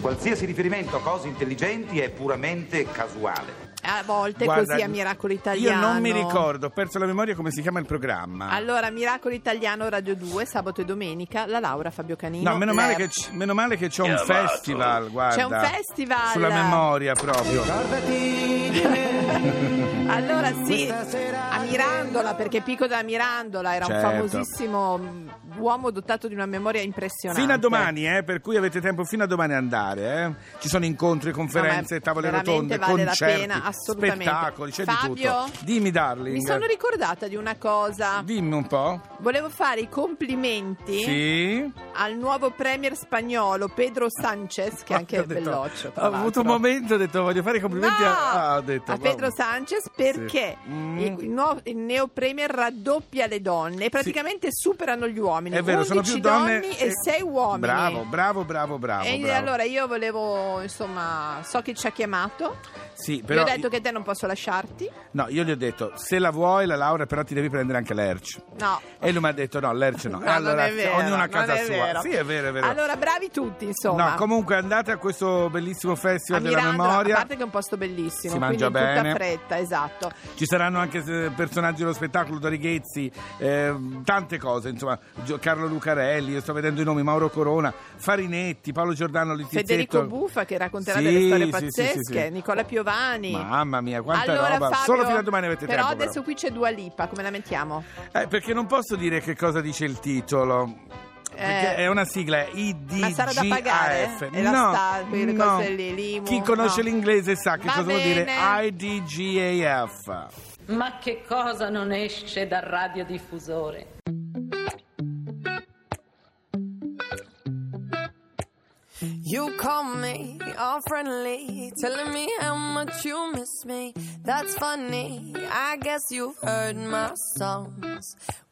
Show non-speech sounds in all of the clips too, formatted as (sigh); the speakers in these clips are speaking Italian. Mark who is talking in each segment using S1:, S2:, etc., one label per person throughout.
S1: Qualsiasi riferimento a cose intelligenti è puramente casuale.
S2: A volte
S3: Guarda,
S2: così a Miracolo Italiano.
S3: Io non mi ricordo, ho perso la memoria come si chiama il programma.
S2: Allora, Miracolo Italiano Radio 2, sabato e domenica, la Laura Fabio Canino. Eh,
S3: No, meno
S2: Ler.
S3: male, che, c- meno male che c'è un
S4: Chiamato.
S3: festival, guarda.
S2: C'è un festival.
S3: Sulla memoria proprio.
S5: Ricordati di me.
S2: Allora sì,
S5: Questa sera
S2: a Mirandola, perché Pico della Mirandola era
S3: Certo.
S2: un famosissimo mm, uomo dotato di una memoria impressionante.
S3: Fino a domani, eh, per cui avete tempo fino a domani ad andare. eh. Ci sono incontri, conferenze,
S2: No, ma
S3: tavole
S2: veramente
S3: rotonde,
S2: vale la
S3: concerti,
S2: pena, assolutamente.
S3: spettacoli, c'è di
S2: Fabio?
S3: tutto. Dimmi, darling.
S2: Mi sono ricordata di una cosa.
S3: Dimmi un po'.
S2: Volevo fare i complimenti
S3: Sì.
S2: al nuovo premier spagnolo Pedro Sanchez, che anche
S3: Ah, Ho
S2: è
S3: detto-
S2: belloccio. tra
S3: Ho avuto
S2: l'altro.
S3: un momento, ho detto voglio fare i complimenti
S2: No!
S3: a, ah, ho detto,
S2: a
S3: guarda.
S2: Pedro Sanchez perché
S3: Sì. Mm.
S2: il, nuovo, il neo premier raddoppia le donne e praticamente superano gli uomini.
S3: È vero,
S2: 11
S3: sono più donne
S2: donne e
S3: eh,
S2: 6 uomini.
S3: Bravo, bravo, bravo, bravo.
S2: e
S3: bravo.
S2: allora io volevo, insomma, so chi ci ha chiamato.
S3: sì,
S2: Io
S3: però,
S2: ho detto che te non posso lasciarti.
S3: No, io gli ho detto se la vuoi la Laura, però ti devi prendere anche l'erce.
S2: No.
S3: E lui mi ha detto no,
S2: (laughs)
S3: l'erce no.
S2: No,
S3: E allora
S2: non è vero,
S3: ognuno a
S2: non
S3: casa
S2: è
S3: sua.
S2: vero.
S3: Sì, è vero, è vero.
S2: Allora, bravi tutti, insomma.
S3: No, comunque andate a questo bellissimo
S2: a
S3: festival della
S2: Mirandola,
S3: memoria.
S2: a parte che è un posto bellissimo,
S3: Si
S2: quindi
S3: mangia
S2: in tutta
S3: bene.
S2: fretta, esatto.
S3: Ci saranno anche eh, personaggi dello spettacolo, Dori Ghezzi, eh, tante cose, insomma, Gio- Carlo Lucarelli, io sto vedendo i nomi, Mauro Corona, Farinetti, Paolo Giordano, Littizzetto.
S2: Federico Buffa che racconterà
S3: Sì,
S2: delle storie
S3: sì,
S2: pazzesche,
S3: sì, sì, sì.
S2: Nicola Piovani.
S3: Mamma mia, quanta
S2: allora,
S3: roba.
S2: Fabio,
S3: Solo fino a domani avete
S2: però
S3: tempo.
S2: Però adesso qui c'è Dua Lipa, come la mettiamo?
S3: Eh, perché non posso dire che cosa dice il titolo. Perché
S2: Eh,
S3: è una sigla, è IDGAF.
S2: ma sarà da pagare? È la
S3: no,
S2: star, quelle
S3: no.
S2: cose lì, l'IMU,
S3: Chi conosce
S2: no.
S3: l'inglese sa che
S2: Va
S3: cosa
S2: bene.
S3: vuol dire IDGAF.
S6: Ma che cosa non esce dal radiodiffusore?
S7: You call me all friendly, telling me how much you miss me. That's funny, I guess you've heard my songs.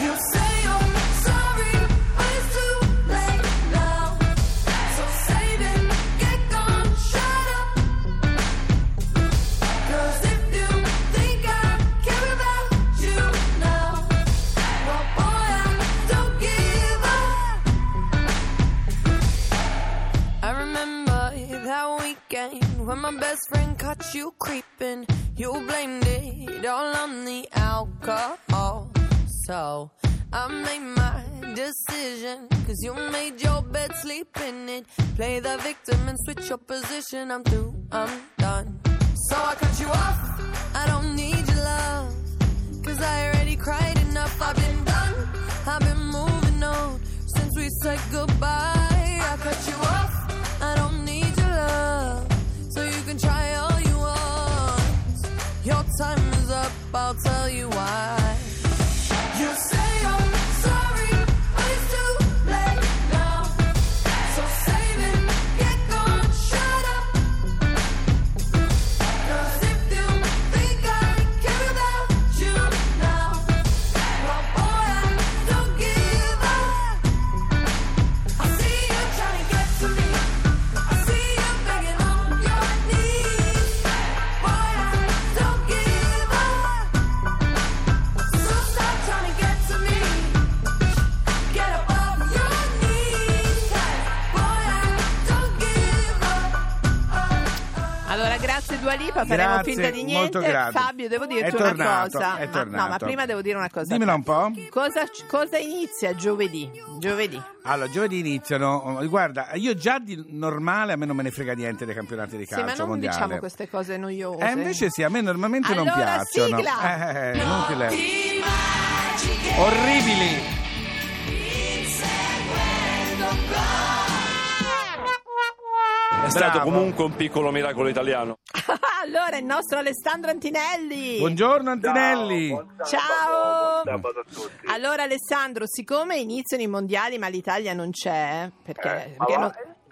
S7: You say you're sorry, but it's too late now. So save it, get gone, shut up. Cause if you think I care about you now, well, boy, I don't give up. I remember that weekend when my best friend caught you creeping. You blamed it all on the alcohol. So I made my decision. Cause you made your bed, sleep in it. Play the victim and switch your position. I'm through, I'm done. So I cut you off. I don't need your love. Cause I already cried enough. I've been done. I've been moving on since we said goodbye. I cut you off. I don't need your love. So you can try all you want. Your time is up. I'll tell you why. You say I'm sorry, but it's too late now. So save it. Get gone. Shut up. Cause if you think I care about you now, well, boy, I don't give up. I see you trying to get to me. I see you begging on your knees. Boy, I don't give up. Oh, So stop trying to get to me. Get above your knees. 'Cause, boy, I don't give up.
S2: allora, grazie Dua Lipa, faremo
S3: Grazie,
S2: finta di niente.
S3: molto grazie.
S2: Fabio, devo dirti
S3: È
S2: una
S3: tornato,
S2: cosa.
S3: è
S2: Ma-
S3: tornato.
S2: no, ma prima devo dire una cosa.
S3: Dimmela un po'.
S2: Cosa, cosa inizia giovedì? Giovedì.
S3: Allora, giovedì iniziano. oh, Guarda, io già di normale a me non me ne frega niente dei campionati di
S2: Sì,
S3: calcio
S2: ma non
S3: mondiale.
S2: diciamo queste cose noiose.
S3: Eh, invece sì, a me normalmente non
S2: Allora,
S3: piacciono.
S2: sigla!
S3: Eh, non ti levo.
S7: Ti magiche.
S3: Orribili!
S4: È stato
S3: Bravo.
S4: comunque un piccolo miracolo italiano.
S2: (laughs) allora, il nostro Alessandro Antinelli.
S3: Buongiorno Antinelli!
S2: Ciao!
S8: sabato a tutti.
S2: Allora Alessandro, siccome iniziano i mondiali ma l'Italia non c'è, perché,
S8: Eh, ma
S2: perché
S8: va-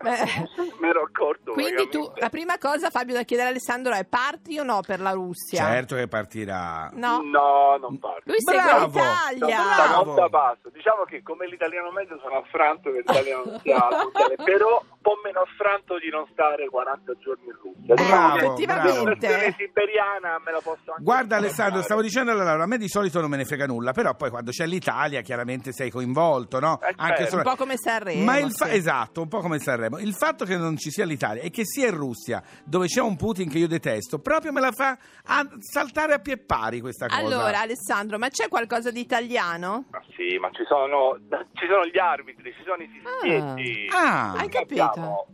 S2: non,
S8: eh, (laughs) me ero accorto.
S2: Quindi tu,
S8: vagamente.
S2: la prima cosa Fabio da chiedere a Alessandro è parti o no per la Russia?
S3: Certo che partirà.
S2: No.
S8: No, non parlo.
S2: Lui segue
S3: Bravo.
S2: l'Italia.
S3: Bravo.
S8: volta passo. Diciamo che come l'italiano medio sono affranto che l'italiano non
S2: (laughs)
S8: sia al mondiale, però un po' meno affranto di non stare 40 giorni in Russia.
S3: Bravo,
S8: Diciamo che
S2: bravo.
S8: La situazione siberiana me la posso anche
S3: Guarda Alessandro,
S8: accettare.
S3: stavo dicendo alla Laura, a me di solito non me ne frega nulla, però poi quando c'è l'Italia chiaramente sei coinvolto, no?
S8: Eh, certo.
S2: Un po' come Sanremo,
S3: Ma il fa-
S2: sì.
S3: Esatto, un po' come Sanremo. Il fatto che non ci sia l'Italia e che sia in Russia, dove c'è un Putin che io detesto, proprio me la fa a- saltare a pie pari questa cosa.
S2: Allora Alessandro, ma c'è qualcosa di italiano?
S8: Ma sì, ma ci sono, ci sono gli arbitri, ci sono i fischietti.
S3: Ah,
S2: Hai capito?
S8: Abbiamo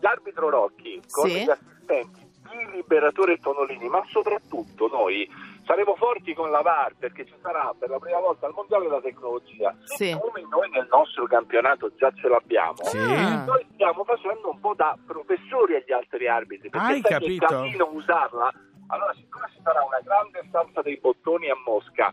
S8: l'arbitro Rocchi con
S2: Sì.
S8: gli assistenti di Liberatore e Tonolini, ma soprattutto noi saremo forti con la VAR perché ci sarà per la prima volta al Mondiale la tecnologia.
S2: Sì.
S8: Siccome noi nel nostro campionato già ce l'abbiamo,
S3: Sì.
S2: Ah.
S8: noi stiamo facendo un po' da professori agli altri arbitri perché
S3: Hai
S8: sai
S3: capito?
S8: che è casino usarla. Allora, siccome ci sarà una grande stanza dei bottoni a Mosca,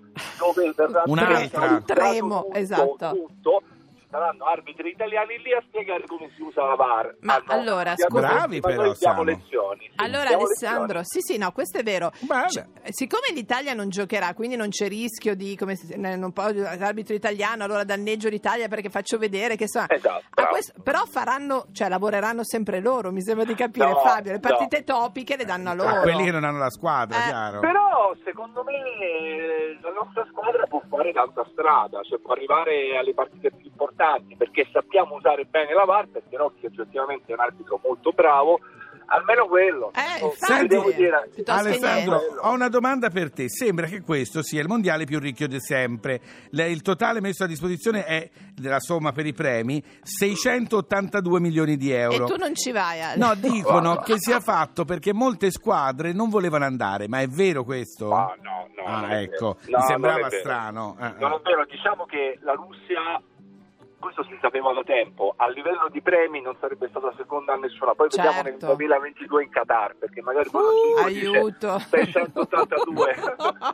S2: (laughs)
S8: dove verrà
S3: Un'altra.
S8: un
S2: Tremo, esatto.
S8: tutto, ci saranno arbitri italiani lì a spiegare come si usa la VAR.
S2: Ma
S8: Ah, no,
S2: allora,
S8: abbiamo-
S2: scusa-
S3: Bravi
S8: ma noi
S3: però
S8: diamo
S3: siamo.
S8: lezioni. sì,
S2: Allora
S8: diamo
S2: Alessandro,
S8: lezioni.
S2: sì sì no, questo è vero.
S8: Ah,
S3: Beh,
S2: C- Cioè, eh, siccome l'Italia non giocherà, quindi non c'è rischio di come se- eh, non può- l'arbitro italiano, allora danneggio l'Italia perché faccio vedere che so.
S8: Esatto,
S2: A
S8: bravo.
S2: questo- però faranno, cioè lavoreranno sempre loro, mi sembra di capire
S8: No,
S2: Fabio, le
S8: no. Ah,
S2: partite topiche le danno a
S3: a
S2: loro.
S3: quelli che non hanno la squadra,
S2: Eh,
S3: chiaro.
S8: Però secondo me eh, la nostra squadra può fare tanta strada, cioè può arrivare alle partite più importanti perché sappiamo usare bene la VAR, perché Rocchi oggettivamente è un arbitro molto bravo, almeno quello.
S2: Eh,
S8: Oh,
S2: infatti,
S8: devo dire-
S2: piuttosto che
S3: Alessandro,
S2: niente.
S3: ho una domanda per te. Sembra che questo sia il mondiale più ricco di sempre. Le- Il totale messo a disposizione è, della somma per i premi, 682 milioni di
S2: E
S3: euro.
S2: tu non ci vai. Ale. (laughs)
S3: No, dicono che sia fatto perché molte squadre non volevano andare, ma è vero questo?
S8: No, no, no.
S3: Ah,
S8: non è
S3: ecco,
S8: vero. No,
S3: mi sembrava
S8: non è vero.
S3: strano. Eh, eh.
S8: Non è vero, diciamo che la Russia, questo si sapeva da tempo, a livello di premi non sarebbe stata seconda a nessuna. Poi vediamo nel
S2: Certo.
S8: 2022 in Qatar, perché magari quando
S2: Uh,
S8: ci dice
S2: aiuto.
S3: (laughs)
S8: 682.
S3: Ti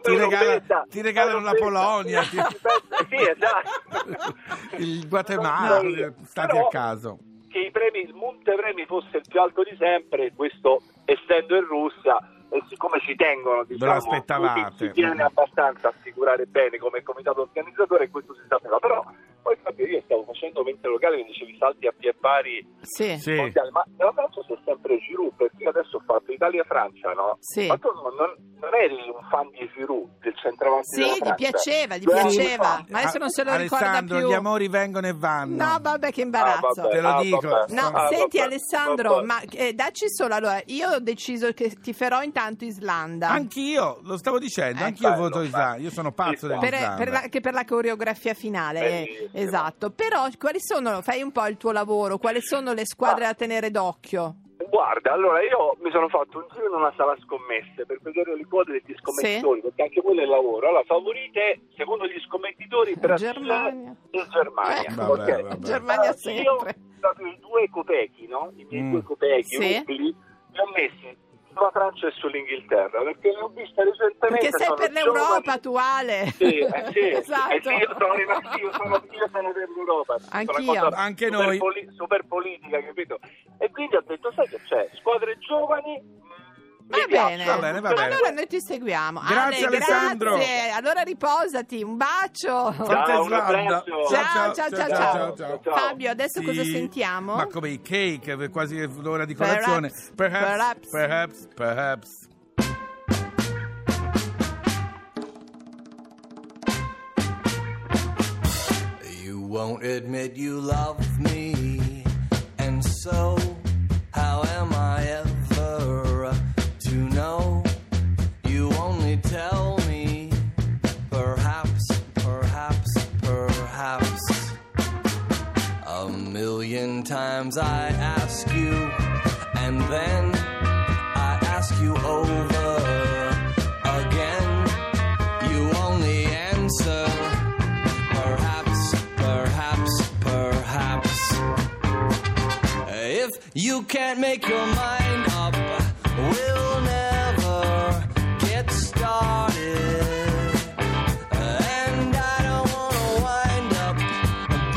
S8: Poi
S3: regala-
S8: non pensa-
S3: ti regalano
S8: non
S3: la
S8: pensa-
S3: Polonia, ti-
S8: eh, Sì, esatto.
S3: (laughs) Il Guatemala,
S8: Non so,
S3: stati
S8: però-
S3: a caso.
S8: che i premi, il montepremi fosse il più alto di sempre, questo essendo in Russia e siccome ci tengono,
S3: Ve
S8: diciamo,
S3: lo aspettavate.
S8: Putin si tiene abbastanza a figurare bene come comitato organizzatore, questo si sapeva, però poi Fabio io stavo facendo mente locale, mi dicevi salti a pie pari
S2: Sì.
S3: Sì.
S8: mondiali, ma la Francia c'è sempre Giroud, perché io adesso ho fatto Italia-Francia, no?
S2: Sì.
S8: Ma tu non, non- non eri un fan di Giroud, del centravanti
S2: Sì,
S8: della
S2: gli
S8: Francia?
S2: piaceva, gli
S8: Due anni
S2: piaceva.
S8: fa.
S2: Ma adesso non se lo ricorda
S3: Alessandro,
S2: più.
S3: gli amori vengono e vanno.
S2: No, vabbè, che
S8: Ah,
S2: imbarazzo.
S8: vabbè,
S3: Te lo
S8: ah,
S3: dico.
S8: vabbè,
S2: No,
S8: ah,
S2: senti
S8: vabbè,
S2: Alessandro,
S8: vabbè.
S2: ma eh, dacci solo, allora, io ho deciso che tiferò intanto Islanda.
S3: Anch'io, lo stavo dicendo,
S2: Eh,
S3: anch'io
S8: bello,
S3: voto
S8: bello.
S3: Islanda, io sono pazzo
S8: Ci sta.
S2: per,
S3: dell'Islanda.
S2: per la, anche per la coreografia finale, eh,
S8: Bellissimo.
S2: esatto. Però quali sono, fai un po' il tuo lavoro, quali sono le squadre
S8: Ah.
S2: da tenere d'occhio?
S8: Guarda, allora io mi sono fatto un giro in una sala scommesse per vedere le quote degli scommettitori, perché anche quello è il lavoro. Allora, favorite secondo gli scommettitori Brasile
S2: Germania.
S8: e Germania.
S2: Eh,
S3: vabbè,
S8: ok?
S3: vabbè.
S2: Germania
S8: Allora,
S2: sempre.
S8: Io ho dato i due copechi, no? I miei
S3: Mm.
S8: due copechi,
S2: Sì.
S8: rubli, li ho messi sulla Francia e sull'Inghilterra, perché le ho viste recentemente.
S2: Perché sei
S8: sono
S2: per
S8: giovani-
S2: l'Europa attuale. (laughs)
S8: Sì, eh sì, eh
S2: esatto.
S8: sì, io
S2: (laughs)
S8: sono rimasto, io sono, io sono dell'Europa.
S2: Anch'io.
S3: Anche
S8: super
S3: noi.
S8: poli- super politica, capito? E quindi ho detto, sai che c'è? Squadre giovani. mm,
S2: Va
S8: mi
S2: bene.
S8: piacciono.
S3: Va bene, va bene.
S2: Allora noi ti seguiamo.
S3: Grazie,
S2: Ale,
S3: Alessandro.
S2: Grazie. Allora riposati, un bacio.
S3: Forza
S8: Ciao, un
S3: Islanda.
S8: abbraccio.
S2: Ciao, ciao, ciao,
S8: ciao.
S2: Fabio, adesso
S3: Sì.
S2: cosa sentiamo?
S3: Ma come i cake, quasi l'ora di colazione.
S2: Perhaps,
S3: Perhaps,
S2: perhaps.
S3: perhaps, perhaps.
S5: You won't admit you love me, and so how am I ever to know? You only tell me, perhaps, perhaps, perhaps. A million times I ask you, and then I ask you over again. You only answer. Perhaps, perhaps, perhaps. If you can't make your mind up, we'll never get started. And I don't wanna wind up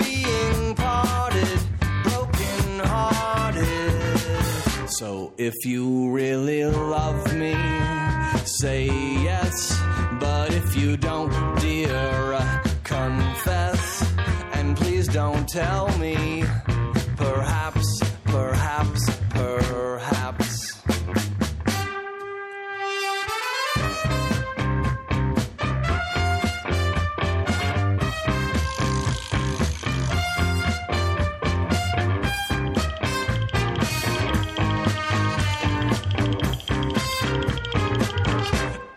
S5: being parted, broken hearted. So if you really love me, say yes. But if you don't, dear, confess. And please don't tell me. Perhaps, perhaps, perhaps.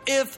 S5: If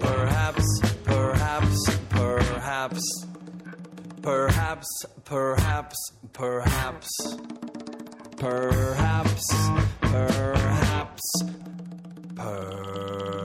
S5: Perhaps, perhaps, perhaps. Perhaps, perhaps, perhaps. Perhaps, perhaps. Perhaps.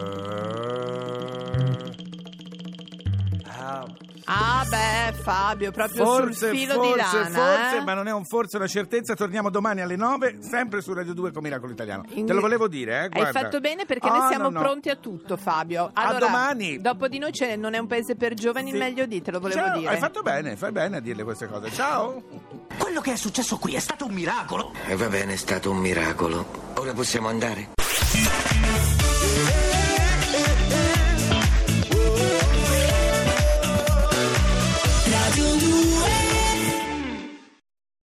S2: Ah beh Fabio, proprio
S3: Forse,
S2: sul filo di
S3: forse,
S2: lana.
S3: forse,
S2: eh.
S3: ma non è un forse, è una certezza. Torniamo domani alle 9, sempre su Radio 2 con Miracolo Italiano.
S2: In-
S3: Te lo volevo dire, eh,
S2: Hai
S3: guarda.
S2: fatto bene perché
S3: Ah,
S2: noi siamo
S3: no, no.
S2: pronti a tutto, Fabio. Allora,
S3: domani.
S2: Dopo di noi ce non è un paese per giovani, il
S3: Sì.
S2: meglio di, te lo volevo
S3: Ciao,
S2: dire.
S3: Hai fatto bene, fai bene a dirle queste cose. Ciao.
S9: Quello che è successo qui è stato un miracolo.
S10: E va bene, è stato un miracolo. Ora possiamo andare?